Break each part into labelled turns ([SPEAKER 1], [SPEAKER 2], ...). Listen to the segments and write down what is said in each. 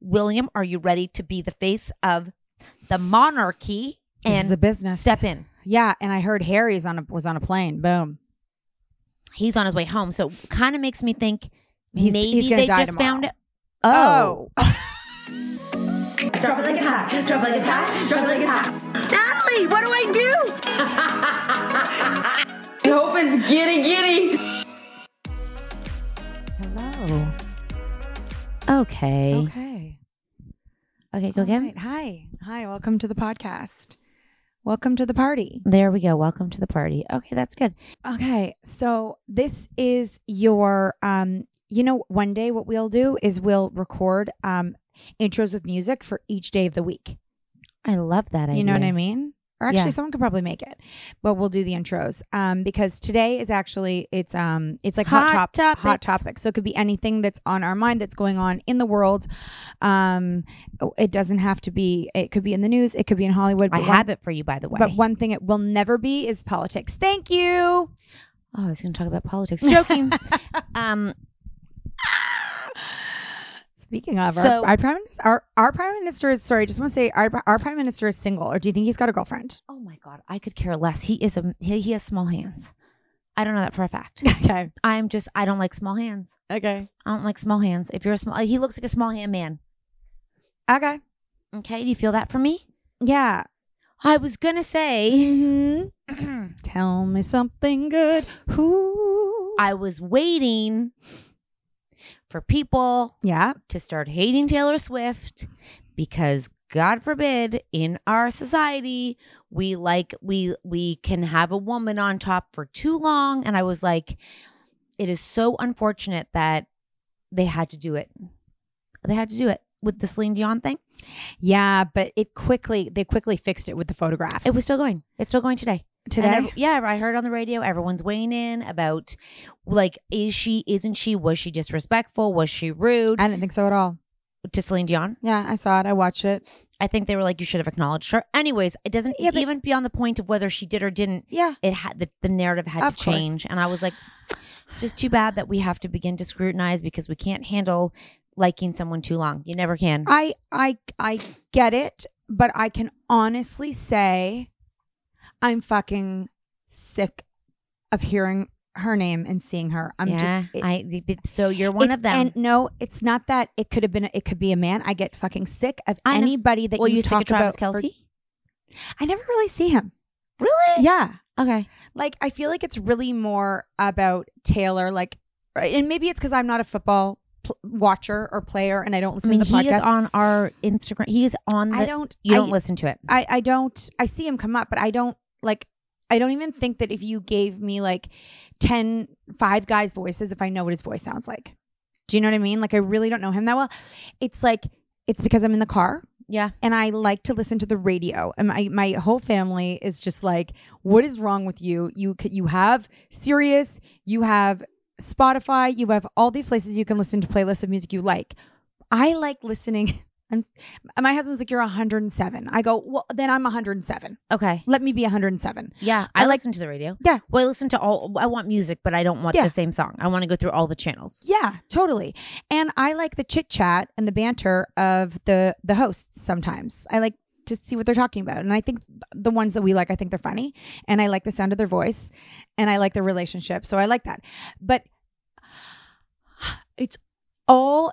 [SPEAKER 1] William, are you ready to be the face of the monarchy and
[SPEAKER 2] this is a business.
[SPEAKER 1] step in?
[SPEAKER 2] Yeah, and I heard Harry's on a, was on a plane. Boom.
[SPEAKER 1] He's on his way home, so kind of makes me think
[SPEAKER 2] He's-
[SPEAKER 1] maybe
[SPEAKER 2] he's gonna
[SPEAKER 1] they
[SPEAKER 2] die
[SPEAKER 1] just
[SPEAKER 2] tomorrow.
[SPEAKER 1] found. Oh,
[SPEAKER 3] Drop it like it's hot. Drop it like it's hot. Drop it like it's hot. Natalie, what do I do? I hope it's giddy giddy.
[SPEAKER 1] hello. Oh. Okay, okay,
[SPEAKER 2] Okay.
[SPEAKER 1] go get
[SPEAKER 2] All
[SPEAKER 1] him.
[SPEAKER 2] right. Hi. Hi. Welcome to the podcast. Welcome to the party.
[SPEAKER 1] There we go. Welcome to the party. Okay, that's good.
[SPEAKER 2] Okay. So this is your um you know one day what we'll do is we'll record um intros with music for each day of the week.
[SPEAKER 1] I love that idea.
[SPEAKER 2] You know what I mean? Or actually
[SPEAKER 1] Yeah.
[SPEAKER 2] someone could probably make it. But we'll do the intros. Um because today is actually it's um it's like hot,
[SPEAKER 1] Hot
[SPEAKER 2] top hot
[SPEAKER 1] topics.
[SPEAKER 2] topic. So it could be anything that's on our mind that's going on in the world. Um it doesn't have to be it could be in the news, it could be in Hollywood.
[SPEAKER 1] I
[SPEAKER 2] but one-
[SPEAKER 1] have it for you, by the way.
[SPEAKER 2] But one thing it will never be is politics. Thank you.
[SPEAKER 1] oh, I was going to talk about politics. Joking. um,
[SPEAKER 2] Speaking of
[SPEAKER 1] So-
[SPEAKER 2] our, our prime minister, our, our prime minister is sorry. I Just want to say our our prime minister is single, or do you think he's got a girlfriend?
[SPEAKER 1] oh my god, I could care less. He is a he, he has small hands. I don't know that for a fact.
[SPEAKER 2] Okay,
[SPEAKER 1] I'm just I don't like small hands.
[SPEAKER 2] okay,
[SPEAKER 1] I don't like small hands. If you're a small, he looks like a small hand man.
[SPEAKER 2] okay.
[SPEAKER 1] Okay, do you feel that for me?
[SPEAKER 2] Yeah.
[SPEAKER 1] I was gonna say
[SPEAKER 2] Mm-hmm. Tell me something good. Who?
[SPEAKER 1] I was waiting for people
[SPEAKER 2] yeah.
[SPEAKER 1] to start hating Taylor Swift because God forbid in our society we like we we can have a woman on top for too long and I was like it is so unfortunate that they had to do it. They had to do it with the Celine Dion thing.
[SPEAKER 2] Yeah, but it quickly they quickly fixed it with the photographs.
[SPEAKER 1] It was still going. It's still going today.
[SPEAKER 2] today?
[SPEAKER 1] And ev- yeah, I heard on the radio everyone's weighing in about like, is she, isn't she, was she disrespectful? Was she rude
[SPEAKER 2] I didn't think so at all.
[SPEAKER 1] to Celine Dion?
[SPEAKER 2] Yeah, I saw it. I watched it.
[SPEAKER 1] I think they were like, you should have acknowledged her. Anyways, it doesn't
[SPEAKER 2] Yeah, but-
[SPEAKER 1] even beyond the point of whether she did or didn't.
[SPEAKER 2] Yeah.
[SPEAKER 1] It had the, the narrative had
[SPEAKER 2] Of
[SPEAKER 1] to
[SPEAKER 2] course.
[SPEAKER 1] change, and I was like, it's just too bad that we have to begin to scrutinize because we can't handle liking someone too long. You never can.
[SPEAKER 2] I I I get it, but I can honestly say I'm fucking sick of hearing her name and seeing her. I'm
[SPEAKER 1] yeah,
[SPEAKER 2] just it-
[SPEAKER 1] I. So you're one
[SPEAKER 2] it's-
[SPEAKER 1] of them.
[SPEAKER 2] And no, it's not that it could have been it could be a man. I get fucking sick of
[SPEAKER 1] I know.
[SPEAKER 2] anybody that
[SPEAKER 1] well,
[SPEAKER 2] you,
[SPEAKER 1] you
[SPEAKER 2] talk
[SPEAKER 1] stick Travis
[SPEAKER 2] about. for-
[SPEAKER 1] Kelsey.
[SPEAKER 2] I never really see him.
[SPEAKER 1] really?
[SPEAKER 2] Yeah.
[SPEAKER 1] Okay.
[SPEAKER 2] Like I feel like it's really more about Taylor like uh, and maybe it's cuz I'm not a football pl- watcher or player and I don't
[SPEAKER 1] I
[SPEAKER 2] listen
[SPEAKER 1] mean,
[SPEAKER 2] to the podcast.
[SPEAKER 1] he is on our Instagram. He is on. The,
[SPEAKER 2] I don't
[SPEAKER 1] You don't
[SPEAKER 2] I-
[SPEAKER 1] listen to it.
[SPEAKER 2] I I don't I see him come up, but I don't like I don't even think that if you gave me like 10 five guys voices if I know what his voice sounds like. Do you know what I mean? Like I really don't know him that well. It's like it's because I'm in the car
[SPEAKER 1] yeah.
[SPEAKER 2] and I like to listen to the radio. And my my whole family is just like, "What is wrong with you? You c- you have Sirius, you have Spotify, you have all these places you can listen to playlists of music you like." I like listening. I'm s- my husband's like, "You're 107." I go, "Well, then I'm 107.
[SPEAKER 1] Okay.
[SPEAKER 2] Let me be 107."
[SPEAKER 1] Yeah, I,
[SPEAKER 2] I like-
[SPEAKER 1] listen to the radio.
[SPEAKER 2] Yeah.
[SPEAKER 1] Well, I listen to all. I want music, but I don't want
[SPEAKER 2] Yeah.
[SPEAKER 1] the same song. I want to go through all the channels.
[SPEAKER 2] Yeah, totally. And I like the chit chat and the banter of the the hosts sometimes. I like to see what they're talking about. And I think the ones that we like, I think they're funny. And I like the sound of their voice and I like their relationship. So I like that. But it's all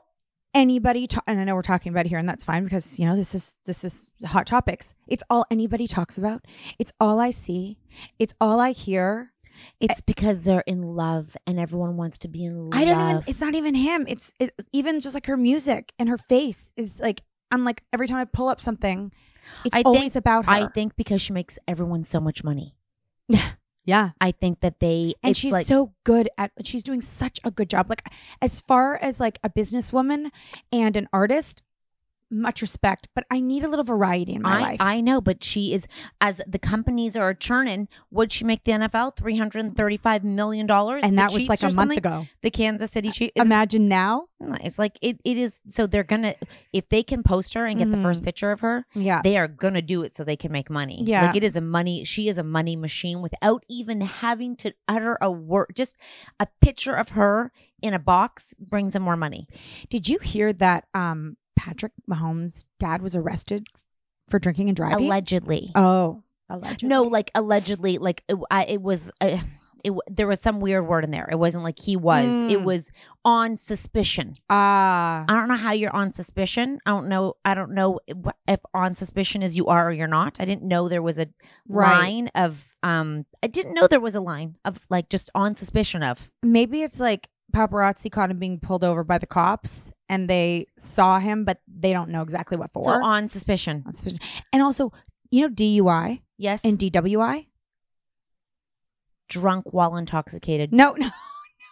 [SPEAKER 2] anybody ta- and I know we're talking about it here and that's fine because you know this is this is hot topics. It's all anybody talks about. It's all I see. It's all I hear.
[SPEAKER 1] It's because they're in love, and everyone wants to be in love.
[SPEAKER 2] I don't even. It's not even him. It's it, even just like her music and her face is like. I'm like every time I pull up something, it's
[SPEAKER 1] I think-
[SPEAKER 2] always about her.
[SPEAKER 1] I think because she makes everyone so much money.
[SPEAKER 2] yeah,
[SPEAKER 1] I think that they
[SPEAKER 2] and
[SPEAKER 1] it's
[SPEAKER 2] she's
[SPEAKER 1] like,
[SPEAKER 2] so good at. She's doing such a good job. Like as far as like a businesswoman and an artist, much respect. But I need a little variety in my
[SPEAKER 1] I,
[SPEAKER 2] life.
[SPEAKER 1] I know, but she is as the companies are churning. Would she make the NFL three hundred and thirty-five million dollars?
[SPEAKER 2] and that was like a month ago.
[SPEAKER 1] The Kansas City Chiefs. is it-
[SPEAKER 2] Imagine now.
[SPEAKER 1] It's like it, it is. So they're gonna if they can post her and get the first picture of her,
[SPEAKER 2] Mm. Yeah.
[SPEAKER 1] they are gonna do it so they can make money.
[SPEAKER 2] Yeah.
[SPEAKER 1] like it is a money. She is a money machine without even having to utter a word. Just a picture of her in a box brings in more money.
[SPEAKER 2] Did you hear that? Um, Patrick Mahomes' dad was arrested for drinking and driving.
[SPEAKER 1] Allegedly,
[SPEAKER 2] oh, allegedly.
[SPEAKER 1] no, like allegedly, like it, I, it was. Uh, it, w- there was some weird word in there. It wasn't like he was. It
[SPEAKER 2] Mm.
[SPEAKER 1] was on suspicion.
[SPEAKER 2] Ah.
[SPEAKER 1] I don't know how you're on suspicion. I don't know. I don't know wh- if on suspicion is you are or you're not. I didn't know there was a
[SPEAKER 2] Right.
[SPEAKER 1] line of. Um, I didn't know there was a line of like just on suspicion of.
[SPEAKER 2] maybe it's like paparazzi caught him being pulled over by the cops and they saw him but they don't know exactly what for
[SPEAKER 1] So on suspicion,
[SPEAKER 2] On suspicion. and also you know dui
[SPEAKER 1] yes,
[SPEAKER 2] and dwi
[SPEAKER 1] drunk while intoxicated.
[SPEAKER 2] no no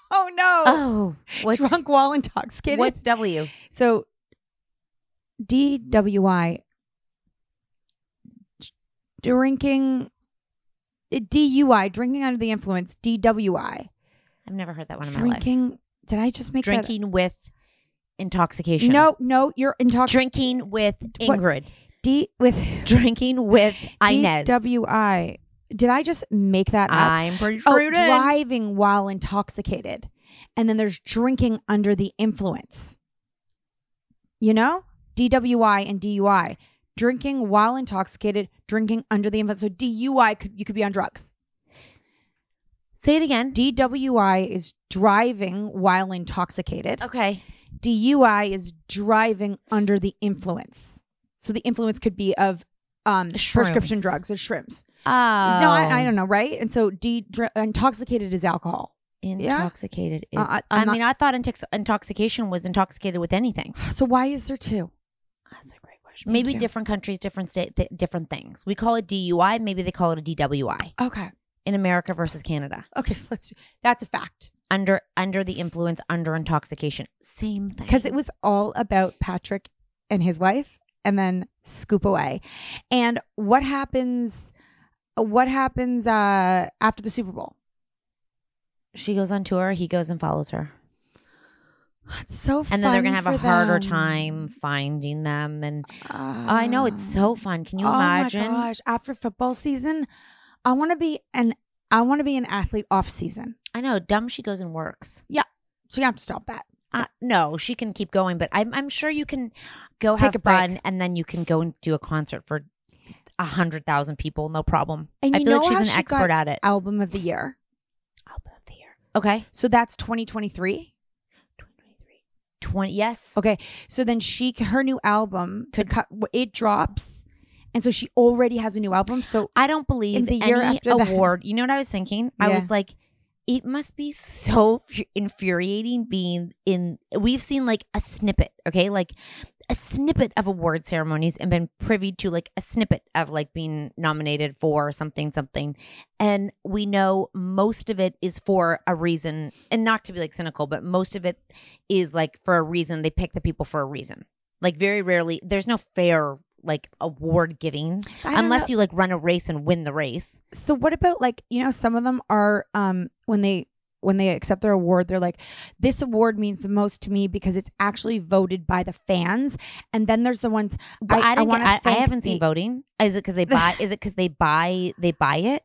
[SPEAKER 2] oh no
[SPEAKER 1] Oh, what's
[SPEAKER 2] drunk while intoxicated
[SPEAKER 1] What's W?
[SPEAKER 2] so dwi drinking uh, dui drinking under the influence dwi
[SPEAKER 1] I've never heard that one in my life.
[SPEAKER 2] drinking did i just make
[SPEAKER 1] drinking with
[SPEAKER 2] that
[SPEAKER 1] intoxication.
[SPEAKER 2] no no you're intoxicated
[SPEAKER 1] drinking with
[SPEAKER 2] What?
[SPEAKER 1] Ingrid.
[SPEAKER 2] d with
[SPEAKER 1] Drinking with Inez.
[SPEAKER 2] DWI. Did I just make that up?
[SPEAKER 1] Uh, I'm pretty
[SPEAKER 2] oh,
[SPEAKER 1] sure it is.
[SPEAKER 2] driving while intoxicated. And then there's drinking under the influence. You know? DWI and DUI. Drinking while intoxicated, drinking under the influence. So DUI could you could be on drugs.
[SPEAKER 1] Say it again.
[SPEAKER 2] DWI is driving while intoxicated.
[SPEAKER 1] okay.
[SPEAKER 2] DUI is driving under the influence. So the influence could be of um, prescription
[SPEAKER 1] Shrooms.
[SPEAKER 2] drugs or shrimps.
[SPEAKER 1] Oh.
[SPEAKER 2] No, I, I don't know, right? And so, de- dr- intoxicated is alcohol. Yeah.
[SPEAKER 1] Oh, Intoxicated
[SPEAKER 2] Uh,
[SPEAKER 1] is.
[SPEAKER 2] I-
[SPEAKER 1] I,
[SPEAKER 2] I'm
[SPEAKER 1] mean, I thought intox- intoxication was intoxicated with anything.
[SPEAKER 2] So why is there two?
[SPEAKER 1] That's a great question. Maybe
[SPEAKER 2] you.
[SPEAKER 1] different countries, different state, th- different things. We call it DUI. Maybe they call it a DWI
[SPEAKER 2] Okay,
[SPEAKER 1] in America versus Canada.
[SPEAKER 2] okay, let's. Do, that's a fact
[SPEAKER 1] Under under the influence, under intoxication, same thing.
[SPEAKER 2] because it was all about Patrick and his wife, and then scoop away, and what happens uh, what happens uh, after the Super Bowl?
[SPEAKER 1] She goes on tour, he goes and follows her.
[SPEAKER 2] It's so fun.
[SPEAKER 1] And then they're going to have
[SPEAKER 2] for
[SPEAKER 1] a harder
[SPEAKER 2] them.
[SPEAKER 1] time finding them. And
[SPEAKER 2] Uh,
[SPEAKER 1] I know it's so fun. Can you
[SPEAKER 2] oh
[SPEAKER 1] imagine?
[SPEAKER 2] my gosh! After football season, I want to be an I want to be an athlete off season.
[SPEAKER 1] I know, dumb she goes and works.
[SPEAKER 2] So you have to stop that.
[SPEAKER 1] Uh, no, she can keep going, but I'm, I'm sure you can go
[SPEAKER 2] Take
[SPEAKER 1] have
[SPEAKER 2] a break.
[SPEAKER 1] fun and then you can go and do a concert for a hundred thousand people, no problem.
[SPEAKER 2] And
[SPEAKER 1] I
[SPEAKER 2] you
[SPEAKER 1] feel
[SPEAKER 2] know
[SPEAKER 1] like she's
[SPEAKER 2] how
[SPEAKER 1] an
[SPEAKER 2] she
[SPEAKER 1] expert at
[SPEAKER 2] got
[SPEAKER 1] it.
[SPEAKER 2] Album of the year.
[SPEAKER 1] Album of the year. Okay,
[SPEAKER 2] So that's 2023.
[SPEAKER 1] 20. Yes.
[SPEAKER 2] Okay. So then she her new album could cut it drops, and so she already has a new album. So
[SPEAKER 1] I don't believe
[SPEAKER 2] In the year
[SPEAKER 1] any
[SPEAKER 2] after that.
[SPEAKER 1] award. You know what I was thinking? I
[SPEAKER 2] Yeah.
[SPEAKER 1] was like, it must be so fu- infuriating being in. We've seen like a snippet, okay, like a snippet of award ceremonies and been privy to like a snippet of like being nominated for something, something, and we know most of it is for a reason, and not to be like cynical, but most of it is like for a reason. They pick the people for a reason. Like very rarely, there's no fair like award giving
[SPEAKER 2] I don't know.
[SPEAKER 1] unless you like run a race and win the race.
[SPEAKER 2] So what about like you know some of them are um when they when they accept their award they're like this award means the most to me because it's actually voted by the fans and then there's the ones
[SPEAKER 1] But I, didn't
[SPEAKER 2] wanna
[SPEAKER 1] get- I, I
[SPEAKER 2] thank
[SPEAKER 1] haven't seen
[SPEAKER 2] the-
[SPEAKER 1] voting. Is it because they buy? is it because they buy? They buy it.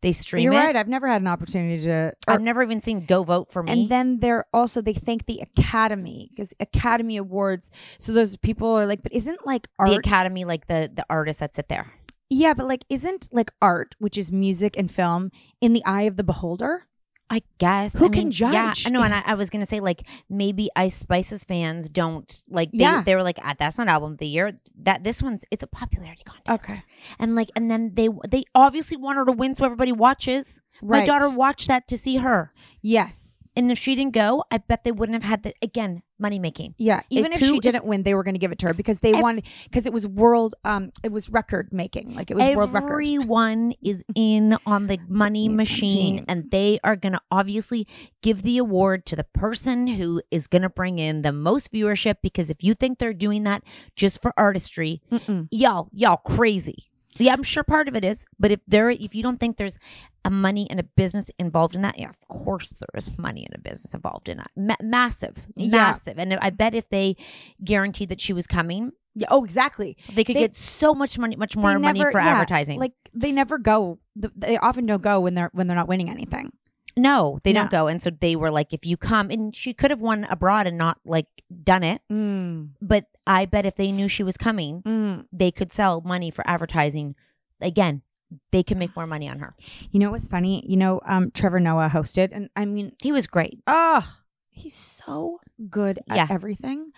[SPEAKER 1] They stream
[SPEAKER 2] You're
[SPEAKER 1] it.
[SPEAKER 2] right I've never had an opportunity to or-
[SPEAKER 1] I've never even seen go vote for me.
[SPEAKER 2] and then they're also they thank the academy because academy awards so those people are like but isn't like art
[SPEAKER 1] the academy, like the the artists that sit there.
[SPEAKER 2] yeah but like isn't like art which is music and film in the eye of the beholder
[SPEAKER 1] I guess
[SPEAKER 2] Who
[SPEAKER 1] I
[SPEAKER 2] can
[SPEAKER 1] mean, Yeah,
[SPEAKER 2] judge?
[SPEAKER 1] I know, and I, I was gonna say like maybe Ice Spice's fans don't like. They,
[SPEAKER 2] Yeah.
[SPEAKER 1] they were like, ah, that's not album of the year. That this one's it's a popularity contest.
[SPEAKER 2] Okay.
[SPEAKER 1] and like and then they they obviously want her to win, so everybody watches. My
[SPEAKER 2] Right.
[SPEAKER 1] daughter watched that to see her,
[SPEAKER 2] yes
[SPEAKER 1] and if she didn't go, I bet they wouldn't have had the again money making.
[SPEAKER 2] Yeah, even
[SPEAKER 1] It's
[SPEAKER 2] if
[SPEAKER 1] who-
[SPEAKER 2] she
[SPEAKER 1] it's-
[SPEAKER 2] didn't win, they were going to give it to her because they
[SPEAKER 1] Ev-
[SPEAKER 2] wanted because it was world um it was record making like it was world record.
[SPEAKER 1] Everyone is in on the money machine,
[SPEAKER 2] Machine.
[SPEAKER 1] and they are going to obviously give the award to the person who is going to bring in the most viewership. Because if you think they're doing that just for artistry,
[SPEAKER 2] Mm-mm.
[SPEAKER 1] y'all, y'all crazy. Yeah, I'm sure part of it is, but if there, if you don't think there's a money and a business involved in that, yeah, of course there is money and a business involved in that. Ma- massive,
[SPEAKER 2] Yeah.
[SPEAKER 1] massive, and I bet if they guaranteed that she was coming,
[SPEAKER 2] Yeah, oh, exactly.
[SPEAKER 1] they could
[SPEAKER 2] They-
[SPEAKER 1] get so much money, much more
[SPEAKER 2] They
[SPEAKER 1] money
[SPEAKER 2] never-
[SPEAKER 1] for
[SPEAKER 2] yeah,
[SPEAKER 1] advertising.
[SPEAKER 2] Like they never go. th- They often don't go when they're when they're not winning anything.
[SPEAKER 1] No, they
[SPEAKER 2] No.
[SPEAKER 1] don't go. And so they were like, if you come, and she could have won abroad and not like done it.
[SPEAKER 2] Mm.
[SPEAKER 1] But I bet if they knew she was coming,
[SPEAKER 2] Mm.
[SPEAKER 1] they could sell money for advertising. Again, they could make more money on her.
[SPEAKER 2] You know what's funny? You know, um, Trevor Noah hosted, and I mean,
[SPEAKER 1] He was great.
[SPEAKER 2] oh, he's so good at
[SPEAKER 1] Yeah.
[SPEAKER 2] everything.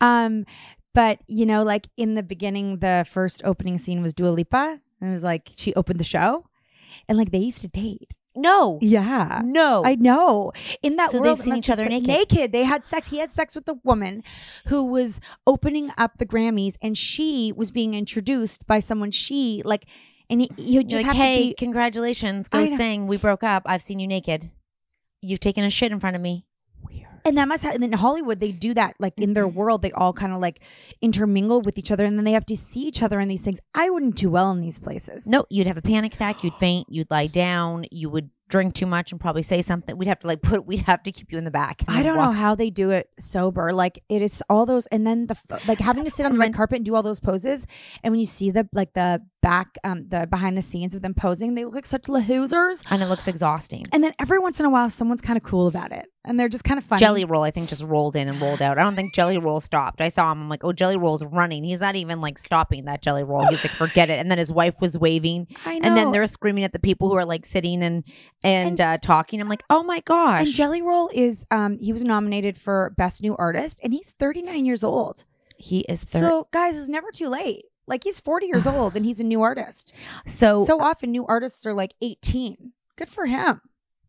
[SPEAKER 2] Um, but you know, like in the beginning, the first opening scene was Dua Lipa, and it was like she opened the show, and like they used to date.
[SPEAKER 1] No,
[SPEAKER 2] Yeah.
[SPEAKER 1] no.
[SPEAKER 2] I know. In that
[SPEAKER 1] So
[SPEAKER 2] world,
[SPEAKER 1] they've
[SPEAKER 2] it
[SPEAKER 1] seen
[SPEAKER 2] must
[SPEAKER 1] each
[SPEAKER 2] be
[SPEAKER 1] other
[SPEAKER 2] so-
[SPEAKER 1] naked.
[SPEAKER 2] Naked. They had sex. He had sex with a woman who was opening up the Grammys, and she was being introduced by someone. She like, and he, you
[SPEAKER 1] You're
[SPEAKER 2] just
[SPEAKER 1] like,
[SPEAKER 2] have
[SPEAKER 1] hey,
[SPEAKER 2] to be.
[SPEAKER 1] congratulations.
[SPEAKER 2] I
[SPEAKER 1] Go
[SPEAKER 2] know.
[SPEAKER 1] sing. We broke up. I've seen you naked. You've taken a shit in front of me.
[SPEAKER 2] And that must. Ha- and in Hollywood, they do that. Like in their world, they all kind of like intermingle with each other, and then they have to see each other in these things. I wouldn't do well in these places.
[SPEAKER 1] No, you'd have a panic attack. You'd faint. You'd lie down. You would drink too much and probably say something. We'd have to like put, we'd have to keep you in the back. and
[SPEAKER 2] I
[SPEAKER 1] then
[SPEAKER 2] don't
[SPEAKER 1] walk
[SPEAKER 2] know how they do it sober. Like it is all those, and then the f- like having to sit on the red carpet and do all those poses. And when you see the like the back, um, the behind the scenes of them posing, they look like such lahoozers.
[SPEAKER 1] and it looks exhausting.
[SPEAKER 2] And then every once in a while, someone's kind of cool about it, and they're just kind of funny.
[SPEAKER 1] Jelly Roll, I think, just rolled in and rolled out. I don't think Jelly Roll stopped. I saw him. I'm like, oh, Jelly Roll's running. He's not even like stopping that Jelly Roll. He's like, forget it. And then his wife was waving,
[SPEAKER 2] I know.
[SPEAKER 1] and then they're screaming at the people who are like sitting and and, uh, talking. I'm like, oh my gosh.
[SPEAKER 2] and Jelly Roll is um he was nominated for best new artist, and he's 39 years old.
[SPEAKER 1] he is so
[SPEAKER 2] So guys, it's never too late. Like he's 40 years old and he's a new artist.
[SPEAKER 1] so. uh
[SPEAKER 2] so often new artists are like 18. Good for him.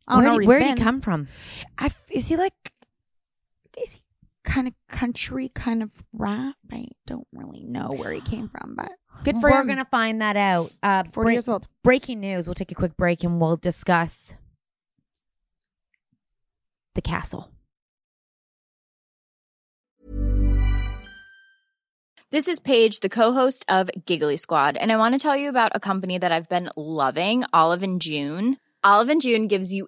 [SPEAKER 2] I don't know
[SPEAKER 1] where did,
[SPEAKER 2] he's
[SPEAKER 1] where did he
[SPEAKER 2] been.
[SPEAKER 1] come from?
[SPEAKER 2] I f- is he like is he kind of country kind of rap? I don't really know where he came from, but good for
[SPEAKER 1] We're
[SPEAKER 2] him.
[SPEAKER 1] gonna find that out. Uh,
[SPEAKER 2] Forty
[SPEAKER 1] break-
[SPEAKER 2] years old.
[SPEAKER 1] Breaking news. We'll take a quick break and we'll discuss the castle.
[SPEAKER 2] This is Paige, the co-host of Giggly Squad, and I want to tell you about a company that I've been loving, Olive and June. Olive and June gives you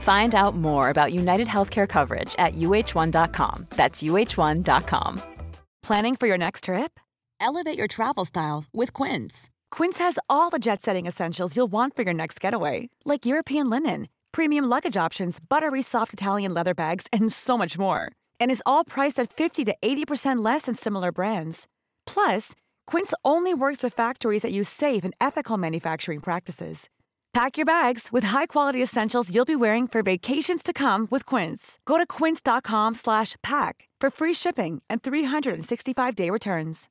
[SPEAKER 1] Find out more about United Healthcare coverage at uh1.com. That's uh1.com. Planning for your next trip? Elevate your travel style with Quince. Quince has all the jet setting essentials you'll want for your next getaway, like European linen, premium luggage options, buttery soft Italian leather bags, and so much more. And is all priced at 50 to 80% less than similar brands. Plus, Quince only works with factories that use safe and ethical manufacturing practices. Pack your bags with high-quality essentials you'll be wearing for vacations to come with Quince. Go to quince.com slash pack for free shipping and 365-day returns.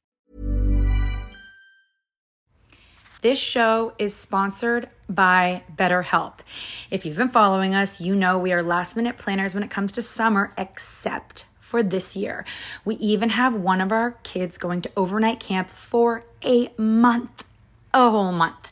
[SPEAKER 3] This show is sponsored by BetterHelp. If you've been following us, you know we are last minute planners when it comes to summer, except for this year. We even have one of our kids going to overnight camp for a month, a whole month.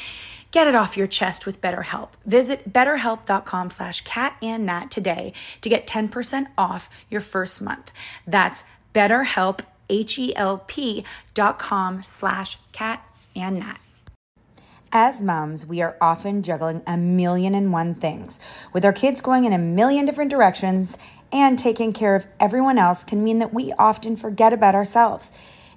[SPEAKER 3] Get it off your chest with BetterHelp. Visit betterhelp.com slash cat and nat today to get 10% off your first month. That's betterhelp, H-E-L-P dot com slash cat and nat. As moms, we are often juggling a million and one things. With our kids going in a million different directions and taking care of everyone else can mean that we often forget about ourselves.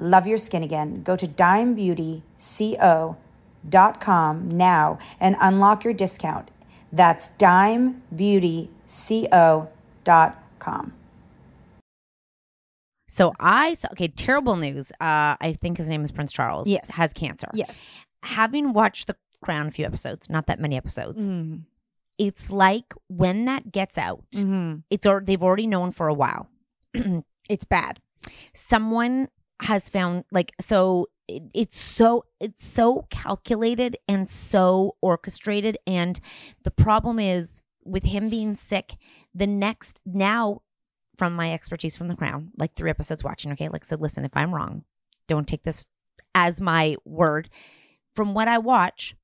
[SPEAKER 3] Love your skin again. Go to dimebeautyco.com now and unlock your discount. That's dimebeautyco.com.
[SPEAKER 4] So I saw, okay, terrible news. Uh, I think his name is Prince Charles.
[SPEAKER 5] Yes.
[SPEAKER 4] Has cancer.
[SPEAKER 5] Yes.
[SPEAKER 4] Having watched The Crown a few episodes, not that many episodes,
[SPEAKER 2] Mm. Mm-hmm.
[SPEAKER 4] it's like when that gets out,
[SPEAKER 2] Mm.
[SPEAKER 5] Mhm.
[SPEAKER 2] Mm-hmm.
[SPEAKER 4] it's or they've already known for a while.
[SPEAKER 5] It's bad.
[SPEAKER 4] Someone
[SPEAKER 1] has found like so it, it's so it's so calculated and so orchestrated and the problem is with him being sick the next now from my expertise from the crown like three episodes watching okay like so listen if i'm wrong don't take this as my word from what i watch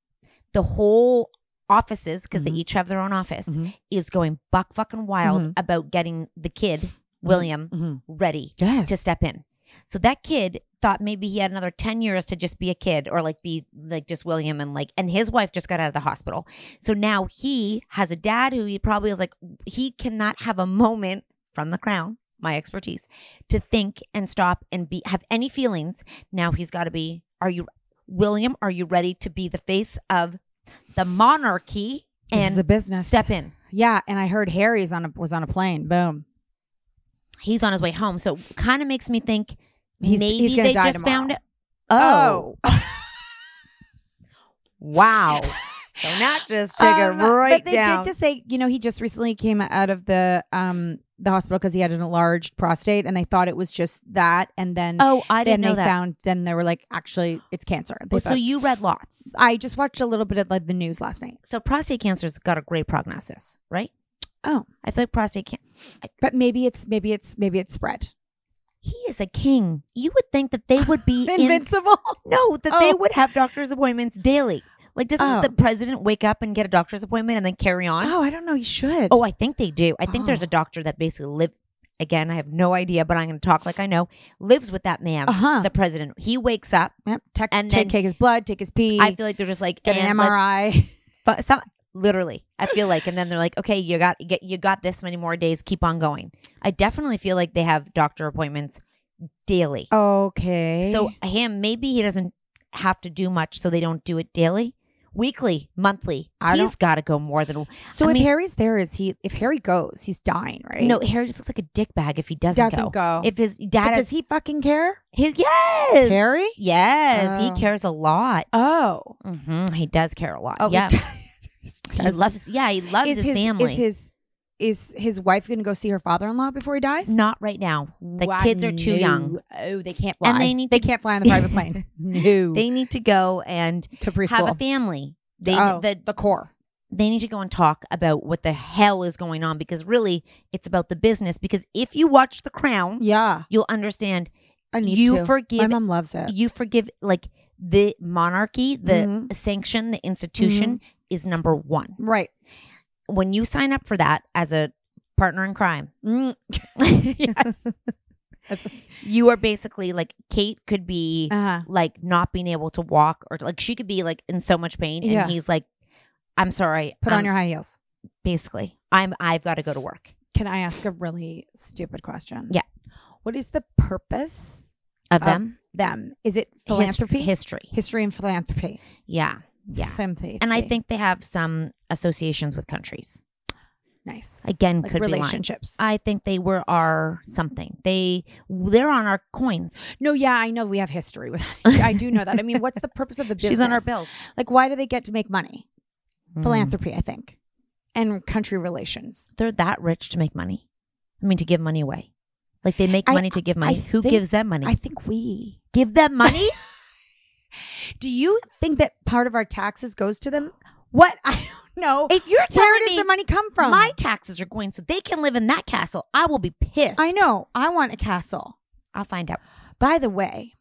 [SPEAKER 1] the whole offices because they each have their own office is going buck fucking wild
[SPEAKER 2] Mhm.
[SPEAKER 1] about getting the kid william
[SPEAKER 2] Mhm.
[SPEAKER 1] ready
[SPEAKER 2] Yes.
[SPEAKER 1] to step in so that kid thought maybe he had another 10 years to just be a kid or like be like just William and like, and his wife just got out of the hospital. So now he has a dad who he probably is like, he cannot have a moment from the crown, my expertise, to think and stop and be, have any feelings. Now he's got to be, are you, William, are you ready to be the face of the monarchy
[SPEAKER 2] This
[SPEAKER 1] and
[SPEAKER 2] is a business.
[SPEAKER 1] step in?
[SPEAKER 2] Yeah, and I heard Harry's on a was on a plane. Boom.
[SPEAKER 1] He's on his way home. So kind of makes me think
[SPEAKER 2] He's-
[SPEAKER 1] maybe
[SPEAKER 2] he's gonna
[SPEAKER 1] they
[SPEAKER 2] die
[SPEAKER 1] just
[SPEAKER 2] tomorrow.
[SPEAKER 1] found it. Oh. Wow. so not just took
[SPEAKER 2] Um,
[SPEAKER 1] it right
[SPEAKER 2] but they
[SPEAKER 1] down.
[SPEAKER 2] did just say, you know, he just recently came out of the um the hospital because he had an enlarged prostate, and they thought it was just that, and then
[SPEAKER 1] oh, I
[SPEAKER 2] then
[SPEAKER 1] didn't know
[SPEAKER 2] they
[SPEAKER 1] that.
[SPEAKER 2] found then they were like, actually, it's cancer. They
[SPEAKER 1] Well, so
[SPEAKER 2] thought-
[SPEAKER 1] you read lots.
[SPEAKER 2] I just watched a little bit of like the news last night,
[SPEAKER 1] So prostate cancer's got a great prognosis, right?
[SPEAKER 2] Oh.
[SPEAKER 1] I feel like prostate can.
[SPEAKER 2] but maybe it's maybe it's maybe it's spread.
[SPEAKER 1] He is a king. You would think that they would be in-
[SPEAKER 2] Invincible.
[SPEAKER 1] no, that they
[SPEAKER 2] Oh.
[SPEAKER 1] would have doctor's appointments daily. Like, doesn't
[SPEAKER 2] Oh.
[SPEAKER 1] the president wake up and get a doctor's appointment and then carry on?
[SPEAKER 2] Oh, I don't know. You should.
[SPEAKER 1] Oh, I think they do. I think there's
[SPEAKER 2] Oh.
[SPEAKER 1] a doctor that basically live. Again, I have no idea, but I'm going to talk like I know. Lives with that man,
[SPEAKER 2] Uh-huh.
[SPEAKER 1] the president. He wakes up.
[SPEAKER 2] Yep. Take,
[SPEAKER 1] And
[SPEAKER 2] take,
[SPEAKER 1] then-
[SPEAKER 2] take his blood, take his pee,
[SPEAKER 1] I feel like they're just like
[SPEAKER 2] get an
[SPEAKER 1] and let's
[SPEAKER 2] MRI.
[SPEAKER 1] fu- Uh, some literally i feel like and then they're like okay you got you get you got this many more days keep on going i definitely feel like they have doctor appointments daily
[SPEAKER 2] Okay.
[SPEAKER 1] so him maybe he doesn't have to do much so they don't do it daily weekly monthly
[SPEAKER 2] I
[SPEAKER 1] he's got to go more than
[SPEAKER 2] so
[SPEAKER 1] I
[SPEAKER 2] if
[SPEAKER 1] mean-
[SPEAKER 2] Harry's there, is he? If Harry goes, he's dying, right?
[SPEAKER 1] no harry just looks like a dick bag if he doesn't,
[SPEAKER 2] doesn't go.
[SPEAKER 1] if his dad
[SPEAKER 2] But
[SPEAKER 1] has-
[SPEAKER 2] does he fucking care?
[SPEAKER 1] his yes
[SPEAKER 2] Harry?
[SPEAKER 1] yes
[SPEAKER 2] Oh.
[SPEAKER 1] he cares a lot
[SPEAKER 2] Oh,
[SPEAKER 1] hmm he does care a lot
[SPEAKER 2] oh,
[SPEAKER 1] yeah
[SPEAKER 2] he
[SPEAKER 1] he loves yeah he loves
[SPEAKER 2] is
[SPEAKER 1] his, family
[SPEAKER 2] Is his is his wife going to go see her father-in-law before he dies?
[SPEAKER 1] not right now the
[SPEAKER 2] Wow,
[SPEAKER 1] kids are too young
[SPEAKER 2] no. Oh, they can't fly.
[SPEAKER 1] And they need
[SPEAKER 2] they
[SPEAKER 1] to-
[SPEAKER 2] can't fly on the private plane. no,
[SPEAKER 1] they need to go and
[SPEAKER 2] to preschool.
[SPEAKER 1] have a family. They
[SPEAKER 2] oh,
[SPEAKER 1] the,
[SPEAKER 2] the core.
[SPEAKER 1] they need to go and talk about what the hell is going on because really it's about the business. Because if you watch The Crown,
[SPEAKER 2] Yeah,
[SPEAKER 1] you'll understand.
[SPEAKER 2] I need
[SPEAKER 1] you
[SPEAKER 2] to. My
[SPEAKER 1] forgive
[SPEAKER 2] mom loves it.
[SPEAKER 1] you forgive like the monarchy, the
[SPEAKER 2] Mhm.
[SPEAKER 1] sanction, the institution
[SPEAKER 2] Mm-hmm.
[SPEAKER 1] is number one.
[SPEAKER 2] right.
[SPEAKER 1] When you sign up for that as a partner in crime,
[SPEAKER 2] Mm.
[SPEAKER 1] yes,
[SPEAKER 2] That's-
[SPEAKER 1] you are basically like Kate could be
[SPEAKER 2] Uh-huh.
[SPEAKER 1] like not being able to walk or like she could be like in so much pain
[SPEAKER 2] Yeah.
[SPEAKER 1] and he's like i'm sorry
[SPEAKER 2] Put
[SPEAKER 1] I'm-
[SPEAKER 2] on your high heels.
[SPEAKER 1] basically i'm i've got to go to work
[SPEAKER 2] Can I ask a really stupid question?
[SPEAKER 1] Yeah.
[SPEAKER 2] What is the purpose
[SPEAKER 1] of
[SPEAKER 2] Of
[SPEAKER 1] them
[SPEAKER 2] Uh, them? Is it
[SPEAKER 1] His-
[SPEAKER 2] philanthropy?
[SPEAKER 1] history
[SPEAKER 2] History and philanthropy.
[SPEAKER 1] yeah yeah
[SPEAKER 2] Philanthropy.
[SPEAKER 1] and i think they have some associations with countries
[SPEAKER 2] nice.
[SPEAKER 1] again
[SPEAKER 2] like
[SPEAKER 1] could be lying.
[SPEAKER 2] relationships.
[SPEAKER 1] i think they were our something they they're on our coins
[SPEAKER 2] no, yeah, I know we have history with I do know that. I mean, what's the purpose of the business?
[SPEAKER 1] she's on our bills
[SPEAKER 2] Like why do they get to make money?
[SPEAKER 1] Mm.
[SPEAKER 2] Philanthropy, I think. And country relations.
[SPEAKER 1] they're that rich to make money i mean to give money away like they make
[SPEAKER 2] I-
[SPEAKER 1] money to give money
[SPEAKER 2] I
[SPEAKER 1] who
[SPEAKER 2] think-
[SPEAKER 1] gives them money
[SPEAKER 2] I think we
[SPEAKER 1] give them money
[SPEAKER 2] Do you think that part of our taxes goes to them? What? I don't know.
[SPEAKER 1] if you're telling
[SPEAKER 2] Where does
[SPEAKER 1] me
[SPEAKER 2] the money come from?
[SPEAKER 1] My taxes are going, so they can live in that castle. I will be pissed.
[SPEAKER 2] I know. I want a castle.
[SPEAKER 1] I'll find out.
[SPEAKER 2] By the way,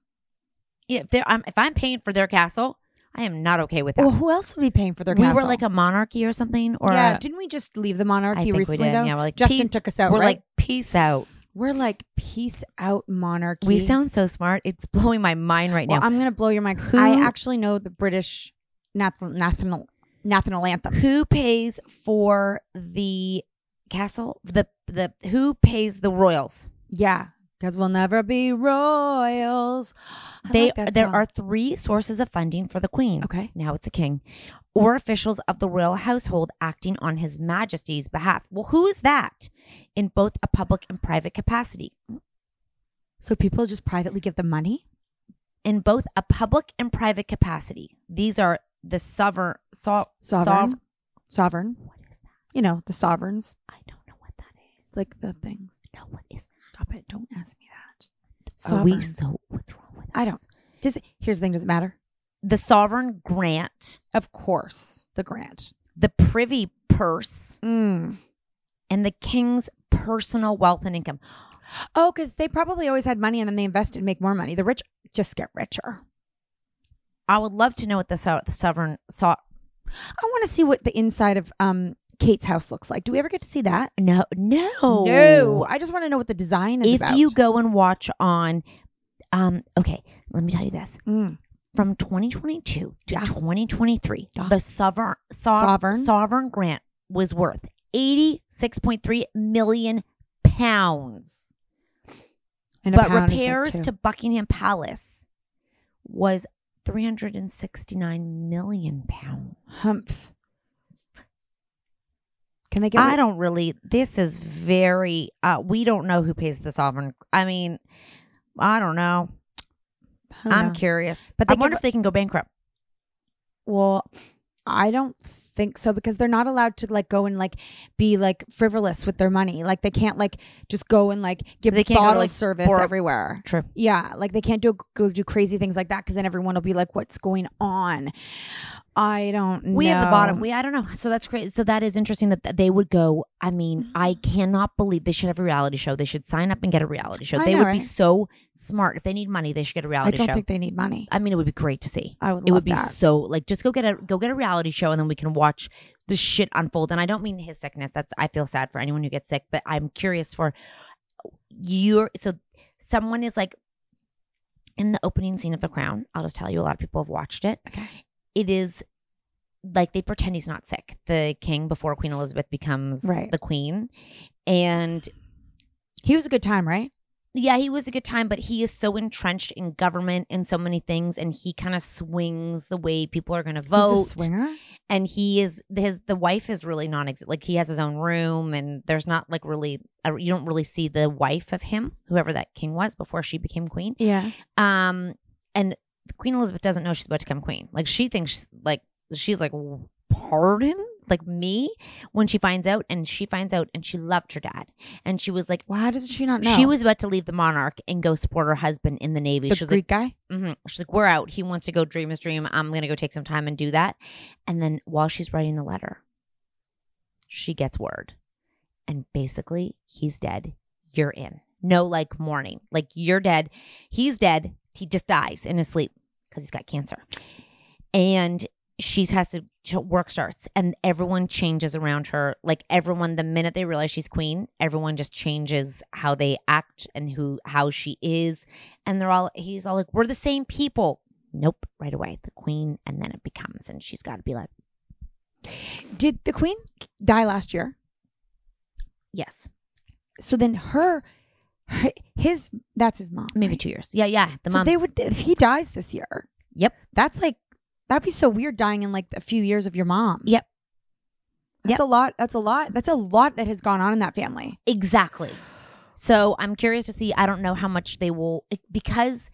[SPEAKER 1] Yeah, if they're I'm, if I'm paying for their castle, I am not okay with that.
[SPEAKER 2] well, who else would be paying for their
[SPEAKER 1] we
[SPEAKER 2] castle?
[SPEAKER 1] were like a monarchy or something, or
[SPEAKER 2] yeah.
[SPEAKER 1] a-
[SPEAKER 2] Didn't we just leave the
[SPEAKER 1] I
[SPEAKER 2] monarchy
[SPEAKER 1] think we
[SPEAKER 2] recently?
[SPEAKER 1] did.
[SPEAKER 2] Though?
[SPEAKER 1] Yeah, we're like
[SPEAKER 2] Justin
[SPEAKER 1] peace-
[SPEAKER 2] took us out.
[SPEAKER 1] We're like
[SPEAKER 2] right?
[SPEAKER 1] peace out.
[SPEAKER 2] we're like peace out monarchy.
[SPEAKER 1] We sound so smart. It's blowing my mind right
[SPEAKER 2] well,
[SPEAKER 1] now.
[SPEAKER 2] I'm gonna blow your mics.
[SPEAKER 1] Who-
[SPEAKER 2] I actually know the British national national national anthem.
[SPEAKER 1] who pays for the castle? The the who pays the royals?
[SPEAKER 2] Yeah, because we'll never be royals. I
[SPEAKER 1] they
[SPEAKER 2] like that
[SPEAKER 1] there
[SPEAKER 2] song.
[SPEAKER 1] are three sources of funding for the queen.
[SPEAKER 2] Okay.
[SPEAKER 1] Now it's a king. Or officials of the royal household acting on his majesty's behalf. Well, who is that? In both a public and private capacity.
[SPEAKER 2] so people just privately give them money.
[SPEAKER 1] In both a public and private capacity. These are the sovereign so,
[SPEAKER 2] Sovereign.
[SPEAKER 1] sov-
[SPEAKER 2] sovereign.
[SPEAKER 1] what is that?
[SPEAKER 2] You know the sovereigns,
[SPEAKER 1] I don't know what that is.
[SPEAKER 2] like the things.
[SPEAKER 1] No, what is
[SPEAKER 2] Stop it! Don't ask me that.
[SPEAKER 1] that? Are we so what's
[SPEAKER 2] I don't. Does here's the thing? Does it matter?
[SPEAKER 1] The sovereign grant,
[SPEAKER 2] of course, the grant,
[SPEAKER 1] the privy purse, and the king's personal wealth and income.
[SPEAKER 2] Oh, because they probably always had money and then they invested, and make more money. The rich just get richer.
[SPEAKER 1] I would love to know what the, so- the sovereign so-
[SPEAKER 2] I want to see what the inside of um Kate's house looks like. Do we ever get to see that?
[SPEAKER 1] No, no,
[SPEAKER 2] No, I just want to know what the design is
[SPEAKER 1] Oh. if
[SPEAKER 2] about.
[SPEAKER 1] you go and watch on, um, okay, let me tell you this:
[SPEAKER 2] Mm.
[SPEAKER 1] from 2022 to
[SPEAKER 2] Yeah.
[SPEAKER 1] 2023,
[SPEAKER 2] Yeah.
[SPEAKER 1] the sovereign
[SPEAKER 2] Sovereign.
[SPEAKER 1] sovereign sovereign grant was worth 86.3 million pounds,
[SPEAKER 2] And a
[SPEAKER 1] but
[SPEAKER 2] pound is like
[SPEAKER 1] repairs
[SPEAKER 2] two.
[SPEAKER 1] to Buckingham Palace was 369 million pounds.
[SPEAKER 2] Humph. Can they get?
[SPEAKER 1] I don't really. This is very. Uh, we don't know who pays the sovereign. I mean, I don't know.
[SPEAKER 2] I don't
[SPEAKER 1] I'm
[SPEAKER 2] know.
[SPEAKER 1] curious. But
[SPEAKER 2] But they
[SPEAKER 1] I wonder
[SPEAKER 2] give-
[SPEAKER 1] if they can go bankrupt.
[SPEAKER 2] Well, I don't think so because they're not allowed to like go and like be like frivolous with their money. Like they can't like just go and like give
[SPEAKER 1] They can't go to,
[SPEAKER 2] bottle
[SPEAKER 1] like,
[SPEAKER 2] service
[SPEAKER 1] Bora-
[SPEAKER 2] everywhere.
[SPEAKER 1] True.
[SPEAKER 2] Yeah, like they can't do go do crazy things like that because then everyone will be like, "What's going on?" I don't.
[SPEAKER 1] We
[SPEAKER 2] know.
[SPEAKER 1] at the bottom. We I don't know. So that's crazy. So that is interesting that th- they would go. I mean, I Mm-hmm. cannot believe they should have a reality show. They should sign up and get a reality show.
[SPEAKER 2] I
[SPEAKER 1] they
[SPEAKER 2] know,
[SPEAKER 1] would be
[SPEAKER 2] right?
[SPEAKER 1] so smart. If they need money, they should get a
[SPEAKER 2] I
[SPEAKER 1] reality
[SPEAKER 2] don't
[SPEAKER 1] show.
[SPEAKER 2] think they need money.
[SPEAKER 1] I mean, it would be great to see.
[SPEAKER 2] I would
[SPEAKER 1] it
[SPEAKER 2] love
[SPEAKER 1] would be
[SPEAKER 2] that.
[SPEAKER 1] so like just go get a go get a reality show and then we can watch the shit unfold. And I don't mean his sickness. That's I feel sad for anyone who gets sick, but I'm curious for your so someone is like in the opening scene of The Crown. I'll just tell you, a lot of people have watched it. It is like they pretend he's not sick. The king before Queen Elizabeth becomes
[SPEAKER 2] Right.
[SPEAKER 1] the queen, and
[SPEAKER 2] He was a good time, right?
[SPEAKER 1] yeah, he was a good time, but he is so entrenched in government and so many things, and he kind of swings the way people are going to vote.
[SPEAKER 2] He's a swinger.
[SPEAKER 1] And he is his the wife is really non exist like he has his own room, and there's not like really uh, you don't really see the wife of him, whoever that king was before she became queen.
[SPEAKER 2] Yeah.
[SPEAKER 1] Um, and Queen Elizabeth doesn't know she's about to become queen. Like she thinks like she's like pardon like me when she finds out, and she finds out, and she loved her dad, and she was like.
[SPEAKER 2] Why does she not know?
[SPEAKER 1] She was about to leave the monarch and go support her husband in the navy.
[SPEAKER 2] the
[SPEAKER 1] she was
[SPEAKER 2] Greek guy.
[SPEAKER 1] like, mhm. she's like, we're out. He wants to go dream his dream. I'm gonna go take some time and do that. And then while she's writing the letter, she gets word, and basically, he's dead. You're in. No, like mourning. Like you're dead. He's dead. He just dies in his sleep because he's got cancer, and she's has to ch- work starts and everyone changes around her like everyone the minute they realize she's queen everyone just changes how they act and who how she is and they're all he's all like we're the same people nope right away the queen and then it becomes and she's got to be like
[SPEAKER 2] Did the queen die last year?
[SPEAKER 1] yes
[SPEAKER 2] So then her, her his that's his mom.
[SPEAKER 1] maybe
[SPEAKER 2] right?
[SPEAKER 1] two years yeah yeah the
[SPEAKER 2] so
[SPEAKER 1] mom
[SPEAKER 2] they would if he dies this year.
[SPEAKER 1] Yep.
[SPEAKER 2] That's like that'd be so weird dying in like a few years of your mom.
[SPEAKER 1] Yep.
[SPEAKER 2] That's a lot. That's a lot. That's a lot that has gone on in that family.
[SPEAKER 1] Exactly. So I'm curious to see. I don't know how much they will eh, because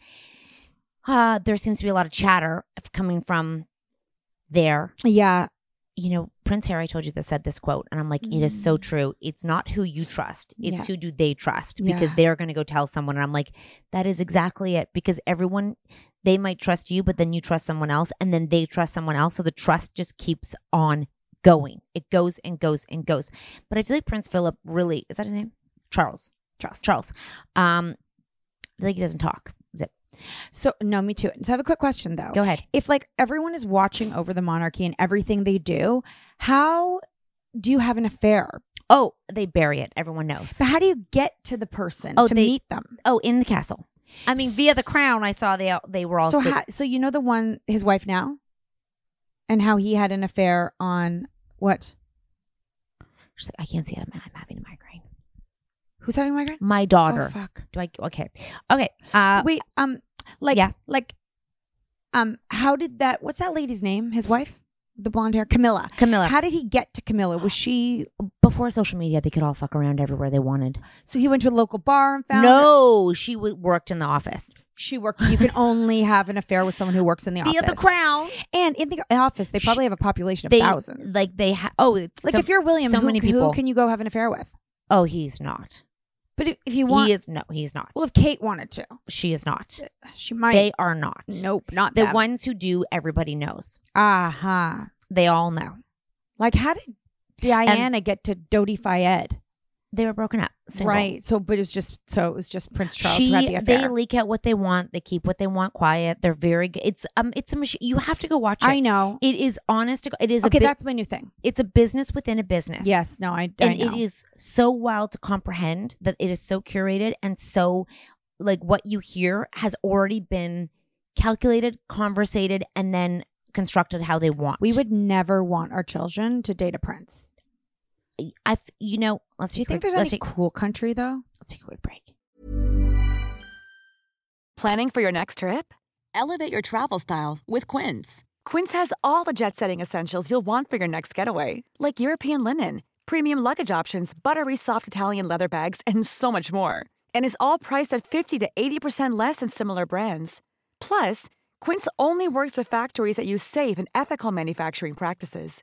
[SPEAKER 1] uh, there seems to be a lot of chatter f- coming from there.
[SPEAKER 2] Yeah.
[SPEAKER 1] You know, Prince Harry told you that said this quote, and I'm like, it is so true. It's not who you trust; it's
[SPEAKER 2] Mm. Yeah.
[SPEAKER 1] who do they trust
[SPEAKER 2] Yeah.
[SPEAKER 1] because they're going to go tell someone. And I'm like, that is exactly it because everyone they might trust you, but then you trust someone else, and then they trust someone else. So the trust just keeps on going. It goes and goes and goes. But I feel like Prince Philip really is that his name? Charles. Charles. Charles. Um, I feel like he doesn't talk. Zip.
[SPEAKER 2] So no, me too. So I have a quick question though.
[SPEAKER 1] Go ahead.
[SPEAKER 2] If like everyone is watching over the monarchy and everything they do, how do you have an affair?
[SPEAKER 1] Oh, they bury it. Everyone knows.
[SPEAKER 2] So how do you get to the person
[SPEAKER 1] Oh,
[SPEAKER 2] to
[SPEAKER 1] they-
[SPEAKER 2] meet them?
[SPEAKER 1] Oh, in the castle. I mean, via the crown, I saw they all- they were all
[SPEAKER 2] so
[SPEAKER 1] sit-
[SPEAKER 2] ha- so you know the one his wife now, and how he had an affair on what?
[SPEAKER 1] She's like, I can't see it. I'm, I'm having a migraine.
[SPEAKER 2] Who's having migraine?
[SPEAKER 1] My daughter.
[SPEAKER 2] Oh, fuck.
[SPEAKER 1] Do I? Okay. Okay. Uh,
[SPEAKER 2] Wait. Um. Like.
[SPEAKER 1] yeah.
[SPEAKER 2] Like. Um. How did that? What's that lady's name? His wife, the blonde hair, Camilla.
[SPEAKER 1] Camilla.
[SPEAKER 2] How did he get to Camilla? Was she?
[SPEAKER 1] Before social media, they could all fuck around everywhere they wanted.
[SPEAKER 2] So he went to a local bar and found. her?
[SPEAKER 1] No, she w- worked in the office.
[SPEAKER 2] She worked. You can only have an affair with someone who works in the office.
[SPEAKER 1] Via the crown.
[SPEAKER 2] And in the office, they probably have a population of
[SPEAKER 1] They
[SPEAKER 2] thousands.
[SPEAKER 1] like they ha- oh it's
[SPEAKER 2] like
[SPEAKER 1] so-
[SPEAKER 2] if you're William,
[SPEAKER 1] so
[SPEAKER 2] who,
[SPEAKER 1] many people
[SPEAKER 2] who can you go have an affair with?
[SPEAKER 1] oh he's not
[SPEAKER 2] But if, if you want,
[SPEAKER 1] he is no, he's not.
[SPEAKER 2] well, if Kate wanted to,
[SPEAKER 1] she is not.
[SPEAKER 2] she might.
[SPEAKER 1] they are not.
[SPEAKER 2] nope, not
[SPEAKER 1] The
[SPEAKER 2] them.
[SPEAKER 1] ones who do, everybody knows.
[SPEAKER 2] Aha.
[SPEAKER 1] They all know.
[SPEAKER 2] Uh-huh. Like, how did Diana get to Dodi Fayed?
[SPEAKER 1] They were broken up. Single.
[SPEAKER 2] Right. So, but it was just so it was just Prince Charles who had
[SPEAKER 1] She,
[SPEAKER 2] the
[SPEAKER 1] they
[SPEAKER 2] affair.
[SPEAKER 1] leak out what they want. They keep what they want quiet. They're very good. It's um, it's a machine. You have to go watch it.
[SPEAKER 2] I know.
[SPEAKER 1] It is honest. To, go- it is
[SPEAKER 2] okay,
[SPEAKER 1] a bu-
[SPEAKER 2] that's my new thing.
[SPEAKER 1] it's a business within a business.
[SPEAKER 2] Yes. No, I. I
[SPEAKER 1] and
[SPEAKER 2] know.
[SPEAKER 1] it is so wild to comprehend that it is so curated and so like what you hear has already been calculated, conversated, and then constructed how they want.
[SPEAKER 2] We would never want our children to date a prince.
[SPEAKER 1] I, f- you know, let's
[SPEAKER 2] Do you
[SPEAKER 1] take a
[SPEAKER 2] think
[SPEAKER 1] quick-
[SPEAKER 2] there's
[SPEAKER 1] let's
[SPEAKER 2] any
[SPEAKER 1] take-
[SPEAKER 2] cool country though?
[SPEAKER 1] let's take a quick break.
[SPEAKER 6] Planning for your next trip?
[SPEAKER 7] Elevate your travel style with Quince.
[SPEAKER 6] Quince has all the jet setting essentials you'll want for your next getaway, like European linen, premium luggage options, buttery soft Italian leather bags, and so much more. And is all priced at 50 to 80% less than similar brands. Plus, Quince only works with factories that use safe and ethical manufacturing practices.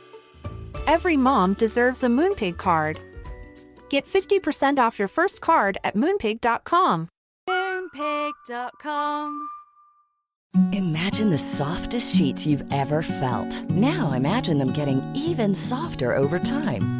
[SPEAKER 8] Every mom deserves a Moonpig card. Get 50% off your first card at moonpig.com. Moonpig.com.
[SPEAKER 7] Imagine the softest sheets you've ever felt. Now imagine them getting even softer over time.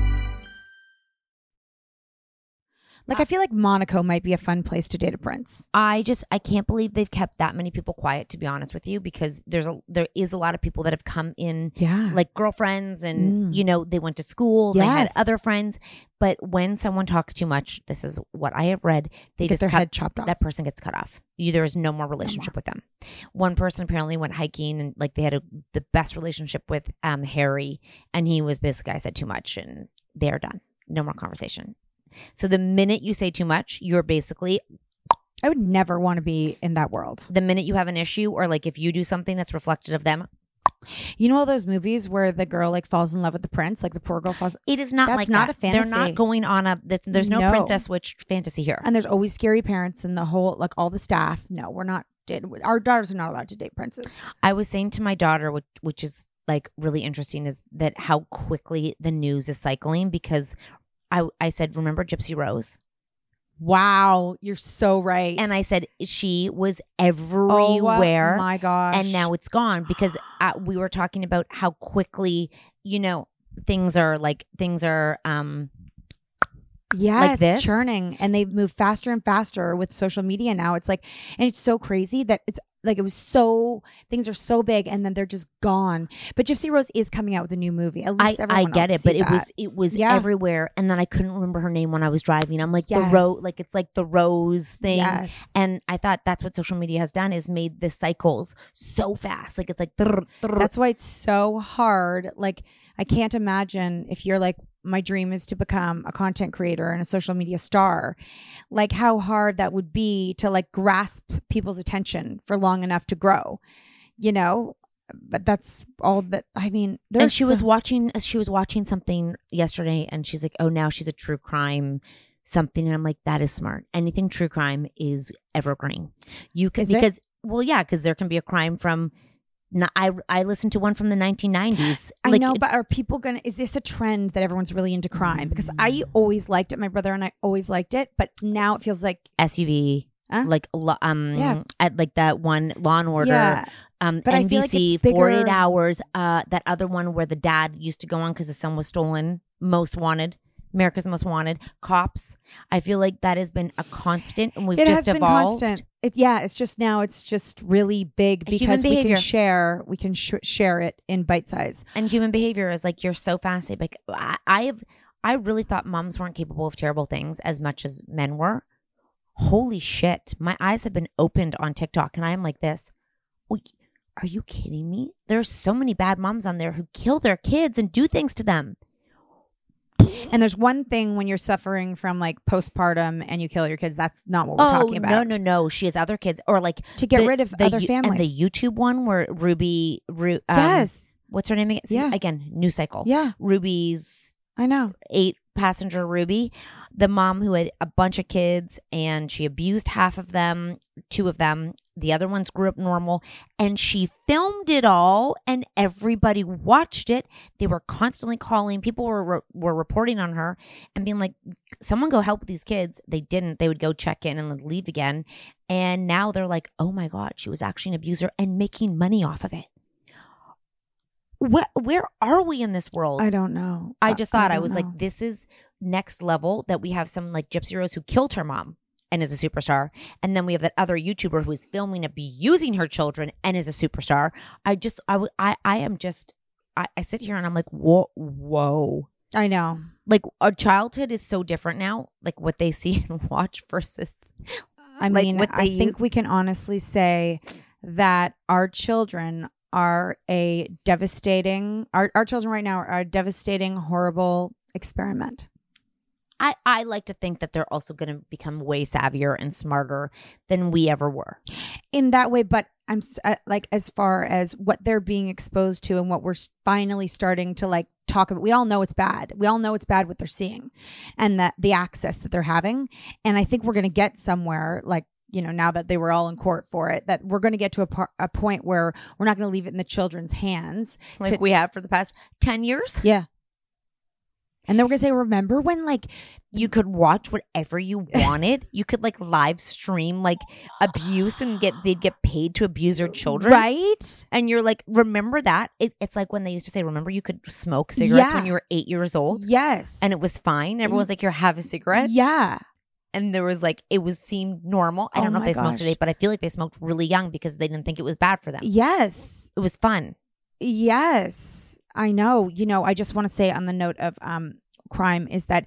[SPEAKER 1] Ah.
[SPEAKER 2] Like, I feel like Monaco might be a fun place to date a prince.
[SPEAKER 1] I just I can't believe they've kept that many people quiet. To be honest with you, because there's a there is a lot of people that have come in,
[SPEAKER 2] Yeah.
[SPEAKER 1] like girlfriends, and
[SPEAKER 2] Mm.
[SPEAKER 1] you know they went to school, they had
[SPEAKER 2] Yes.
[SPEAKER 1] other friends. But when someone talks too much, this is what I have read. They
[SPEAKER 2] Get
[SPEAKER 1] just
[SPEAKER 2] their
[SPEAKER 1] cut-
[SPEAKER 2] head chopped off.
[SPEAKER 1] That person gets cut off. You, there is no more relationship with them. One person apparently went hiking and like they had a, the best relationship with um Harry, and he was basically I said too much, and they are done. No more conversation. So the minute you say too much, you're basically
[SPEAKER 2] I would never want to be in that world.
[SPEAKER 1] the minute you have an issue or like if you do something that's reflected of them,
[SPEAKER 2] You know all those movies where the girl like falls in love with the prince, like the poor girl falls,
[SPEAKER 1] it is not
[SPEAKER 2] That's
[SPEAKER 1] like
[SPEAKER 2] not
[SPEAKER 1] that.
[SPEAKER 2] a
[SPEAKER 1] They're not
[SPEAKER 2] fantasy.
[SPEAKER 1] going on a. th- There's no,
[SPEAKER 2] No.
[SPEAKER 1] princess witch fantasy here.
[SPEAKER 2] and there's always scary parents and the whole like all the staff. No, we're not. Did our daughters are not allowed to date princes?
[SPEAKER 1] I was saying to my daughter, which which is like really interesting, is that how quickly the news is cycling because. I, I said, remember Gypsy Rose?
[SPEAKER 2] Wow, you're so right.
[SPEAKER 1] And I said, she was
[SPEAKER 2] Oh,
[SPEAKER 1] everywhere.
[SPEAKER 2] my gosh.
[SPEAKER 1] and now it's gone because uh, we were talking about how quickly, you know, things are like, things are, um,
[SPEAKER 2] Yes,
[SPEAKER 1] this?
[SPEAKER 2] churning, and they've moved faster and faster with social media now. It's like, and it's so crazy that it's like it was so things are so big, and then they're just gone. But Gypsy Rose is coming out with a new movie. At
[SPEAKER 1] I,
[SPEAKER 2] least
[SPEAKER 1] I
[SPEAKER 2] everyone will
[SPEAKER 1] get it, but
[SPEAKER 2] see
[SPEAKER 1] it was
[SPEAKER 2] that.
[SPEAKER 1] it was
[SPEAKER 2] Yeah.
[SPEAKER 1] everywhere, and then I couldn't remember her name when I was driving. I'm like
[SPEAKER 2] Yes.
[SPEAKER 1] the rose, like it's like the rose thing,
[SPEAKER 2] Yes.
[SPEAKER 1] and I thought that's what social media has done is made the cycles so fast, like it's like thrr, thrr.
[SPEAKER 2] That's why it's so hard. Like, I can't imagine if you're like, my dream is to become a content creator and a social media star, like how hard that would be to like grasp people's attention for long enough to grow, you know? But that's all that I mean. There's
[SPEAKER 1] and she was
[SPEAKER 2] so-
[SPEAKER 1] watching she was watching something yesterday, and she's like, oh, now she's a true crime something, and I'm like, that is smart. Anything true crime is evergreen. You can
[SPEAKER 2] Is it?
[SPEAKER 1] because well, yeah, because there can be a crime from. No, I I listened to one from the 1990s.
[SPEAKER 2] I
[SPEAKER 1] Like,
[SPEAKER 2] know, but are people gonna? Is this a trend that everyone's really into crime? Because
[SPEAKER 1] Mm.
[SPEAKER 2] I always liked it. My brother and I always liked it, but now it feels like
[SPEAKER 1] SUV,
[SPEAKER 2] Huh?
[SPEAKER 1] like lo- um,
[SPEAKER 2] Yeah.
[SPEAKER 1] at like that one Law and Order,
[SPEAKER 2] yeah,
[SPEAKER 1] um,
[SPEAKER 2] But I feel like
[SPEAKER 1] NBC,
[SPEAKER 2] it's bigger-
[SPEAKER 1] Forty Eight Hours, uh, that other one where the dad used to go on because his son was stolen, Most Wanted. America's Most Wanted, cops. I feel like that has been a constant, and we've
[SPEAKER 2] it
[SPEAKER 1] just
[SPEAKER 2] has
[SPEAKER 1] evolved.
[SPEAKER 2] been constant. It, yeah, it's just now it's just really big
[SPEAKER 1] Human
[SPEAKER 2] because we can
[SPEAKER 1] behavior.
[SPEAKER 2] share we can sh- share it in bite size.
[SPEAKER 1] And human behavior is like you're so fascinated. Like I, I have, I really thought moms weren't capable of terrible things as much as men were. Holy shit! My eyes have been opened on TikTok, and I am like this. Wait, Are you kidding me? There's so many bad moms on there who kill their kids and do things to them.
[SPEAKER 2] And there's one thing when you're suffering from like postpartum and you kill your kids, that's not what we're talking about.
[SPEAKER 1] Oh, No, no, no. She has other kids, or like
[SPEAKER 2] To get rid of other
[SPEAKER 1] Yu- And
[SPEAKER 2] families.
[SPEAKER 1] the YouTube one where Ruby, Ru, um,
[SPEAKER 2] Yes.
[SPEAKER 1] what's her name again? See,
[SPEAKER 2] Yeah.
[SPEAKER 1] again, news cycle.
[SPEAKER 2] Yeah.
[SPEAKER 1] Ruby's
[SPEAKER 2] I know.
[SPEAKER 1] eight passenger Ruby, the mom who had a bunch of kids and she abused half of them, two of them. The other ones grew up normal and she filmed it all and everybody watched it. They were constantly calling. People were were reporting on her and being like, someone go help these kids. They didn't. They would go check in and then leave again. And now they're like, oh my God, she was actually an abuser and making money off of it. What, where are we in this world?
[SPEAKER 2] I don't know.
[SPEAKER 1] I just thought I,
[SPEAKER 2] don't
[SPEAKER 1] was
[SPEAKER 2] know.
[SPEAKER 1] like, this is next level that we have someone like Gypsy Rose who killed her mom and is a superstar. And then we have that other YouTuber who is filming abusing her children and is a superstar. I just, I, w- I, I am just, I, I sit here and I'm like, whoa, whoa.
[SPEAKER 2] I know.
[SPEAKER 1] Like our childhood is so different now, like what they see and watch versus.
[SPEAKER 2] I
[SPEAKER 1] like,
[SPEAKER 2] mean,
[SPEAKER 1] what
[SPEAKER 2] I
[SPEAKER 1] they
[SPEAKER 2] think
[SPEAKER 1] use.
[SPEAKER 2] we can honestly say that our children are a devastating our, our children right now are a devastating, horrible experiment.
[SPEAKER 1] I, I like to think that they're also going to become way savvier and smarter than we ever were.
[SPEAKER 2] in that way but i'm s- uh, like as far as what they're being exposed to and what we're s- finally starting to like talk about we all know it's bad we all know it's bad what they're seeing and that the access that they're having and i think we're going to get somewhere like you know now that they were all in court for it that we're going to get to a, par- a point where we're not going to leave it in the children's hands
[SPEAKER 1] Like
[SPEAKER 2] to-
[SPEAKER 1] we have for the past 10 years.
[SPEAKER 2] yeah and then we're going to say remember when like
[SPEAKER 1] you could watch whatever you wanted. you could like live stream like abuse and get they'd get paid to abuse your children.
[SPEAKER 2] right
[SPEAKER 1] And you're like, remember that? It, it's like when they used to say, remember you could smoke cigarettes when
[SPEAKER 2] Yeah.
[SPEAKER 1] you were eight years old
[SPEAKER 2] yes
[SPEAKER 1] and it was fine. Everyone's like, you're have a cigarette.
[SPEAKER 2] yeah
[SPEAKER 1] And there was like, it was seemed normal. I
[SPEAKER 2] Oh
[SPEAKER 1] don't know if
[SPEAKER 2] my
[SPEAKER 1] they smoked today,
[SPEAKER 2] gosh.
[SPEAKER 1] but I feel like they smoked really young because they didn't think it was bad for them.
[SPEAKER 2] yes
[SPEAKER 1] It was fun.
[SPEAKER 2] Yes, I know. You know, I just want to say on the note of um crime is that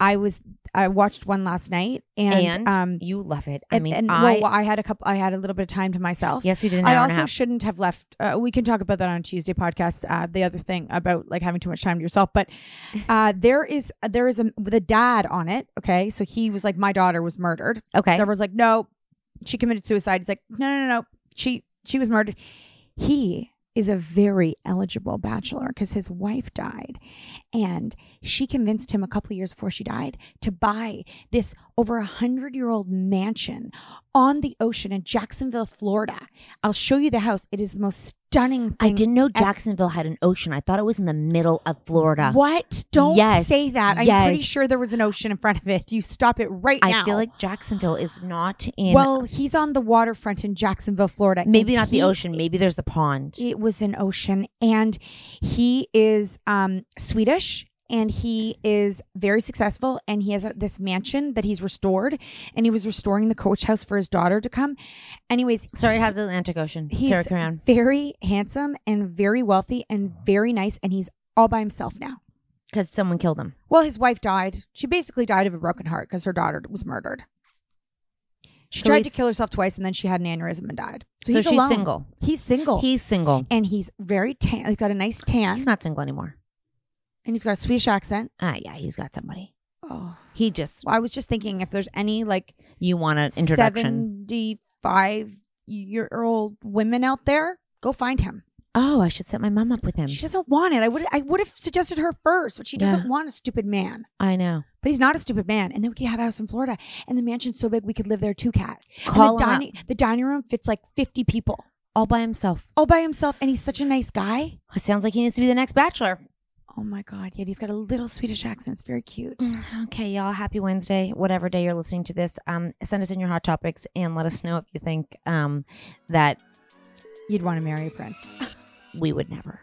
[SPEAKER 2] I was I watched one last night and,
[SPEAKER 1] And,
[SPEAKER 2] um
[SPEAKER 1] you love it. I
[SPEAKER 2] and-
[SPEAKER 1] mean,
[SPEAKER 2] and,
[SPEAKER 1] I,
[SPEAKER 2] well, I had a couple I had a little bit of time to myself.
[SPEAKER 1] yes, you did an hour
[SPEAKER 2] I
[SPEAKER 1] and a
[SPEAKER 2] also
[SPEAKER 1] half.
[SPEAKER 2] shouldn't have left. Uh, we can talk about that on a Tuesday podcast. Uh, the other thing about like having too much time to yourself, but uh, there is there is a the dad on it. Okay, so he was like, my daughter was murdered.
[SPEAKER 1] okay.
[SPEAKER 2] There was like, no, she committed suicide. He's like, no, no, no, no. She she was murdered. He is a very eligible bachelor because his wife died. And she convinced him a couple of years before she died to buy this over a hundred year old mansion on the ocean in Jacksonville, Florida. I'll show you the house. It is the most stunning thing.
[SPEAKER 1] I didn't know
[SPEAKER 2] ev-
[SPEAKER 1] Jacksonville had an ocean. I thought it was in the middle of Florida.
[SPEAKER 2] What? Don't
[SPEAKER 1] Yes,
[SPEAKER 2] say that. I'm pretty
[SPEAKER 1] yes.
[SPEAKER 2] sure there was an ocean in front of it. You stop it right
[SPEAKER 1] I
[SPEAKER 2] now.
[SPEAKER 1] feel like Jacksonville is not in.
[SPEAKER 2] well, he's on the waterfront in Jacksonville, Florida.
[SPEAKER 1] maybe
[SPEAKER 2] and
[SPEAKER 1] not the
[SPEAKER 2] he-
[SPEAKER 1] ocean. Maybe there's a pond.
[SPEAKER 2] It was an ocean, and he is um, Swedish. And he is very successful, and he has uh, this mansion that he's restored, and he was restoring the coach house for his daughter to come. Anyways,
[SPEAKER 1] Sorry, it has the Atlantic Ocean.
[SPEAKER 2] he's
[SPEAKER 1] Sarah, carry on.
[SPEAKER 2] very handsome and very wealthy and very nice, and he's all by himself now.
[SPEAKER 1] Because someone killed him.
[SPEAKER 2] Well, his wife died. She basically died of a broken heart because her daughter was murdered. She
[SPEAKER 1] So
[SPEAKER 2] tried to
[SPEAKER 1] he's-
[SPEAKER 2] kill herself twice, and then she had an aneurysm and died. So,
[SPEAKER 1] So
[SPEAKER 2] he's
[SPEAKER 1] she's
[SPEAKER 2] alone.
[SPEAKER 1] single.
[SPEAKER 2] He's single.
[SPEAKER 1] He's single.
[SPEAKER 2] and he's very tan. He's got a nice tan,
[SPEAKER 1] He's not single anymore.
[SPEAKER 2] and he's got a Swedish accent.
[SPEAKER 1] Ah, yeah, he's got somebody.
[SPEAKER 2] Oh,
[SPEAKER 1] He just
[SPEAKER 2] well, I was just thinking if there's any like
[SPEAKER 1] you want an introduction.
[SPEAKER 2] seventy-five year old women out there, go find him.
[SPEAKER 1] Oh, I should set my mom up with him.
[SPEAKER 2] She doesn't want it. I would I would have suggested her first, but she doesn't
[SPEAKER 1] Yeah.
[SPEAKER 2] want a stupid man.
[SPEAKER 1] I know.
[SPEAKER 2] But he's not a stupid man. And then we could have a house in Florida, and the mansion's so big we could live there too. Cat.
[SPEAKER 1] Call
[SPEAKER 2] and
[SPEAKER 1] him
[SPEAKER 2] the
[SPEAKER 1] up.
[SPEAKER 2] dining the dining room fits like fifty people
[SPEAKER 1] All by himself.
[SPEAKER 2] all by himself, and he's such a nice guy.
[SPEAKER 1] It sounds like he needs to be the next bachelor.
[SPEAKER 2] Oh my god! Yet he's got a little Swedish accent. It's very cute.
[SPEAKER 1] Okay, y'all. Happy Wednesday, whatever day you're listening to this. Um, send us in your hot topics and let us know if you think um that
[SPEAKER 2] You'd want to marry a prince.
[SPEAKER 1] we would never.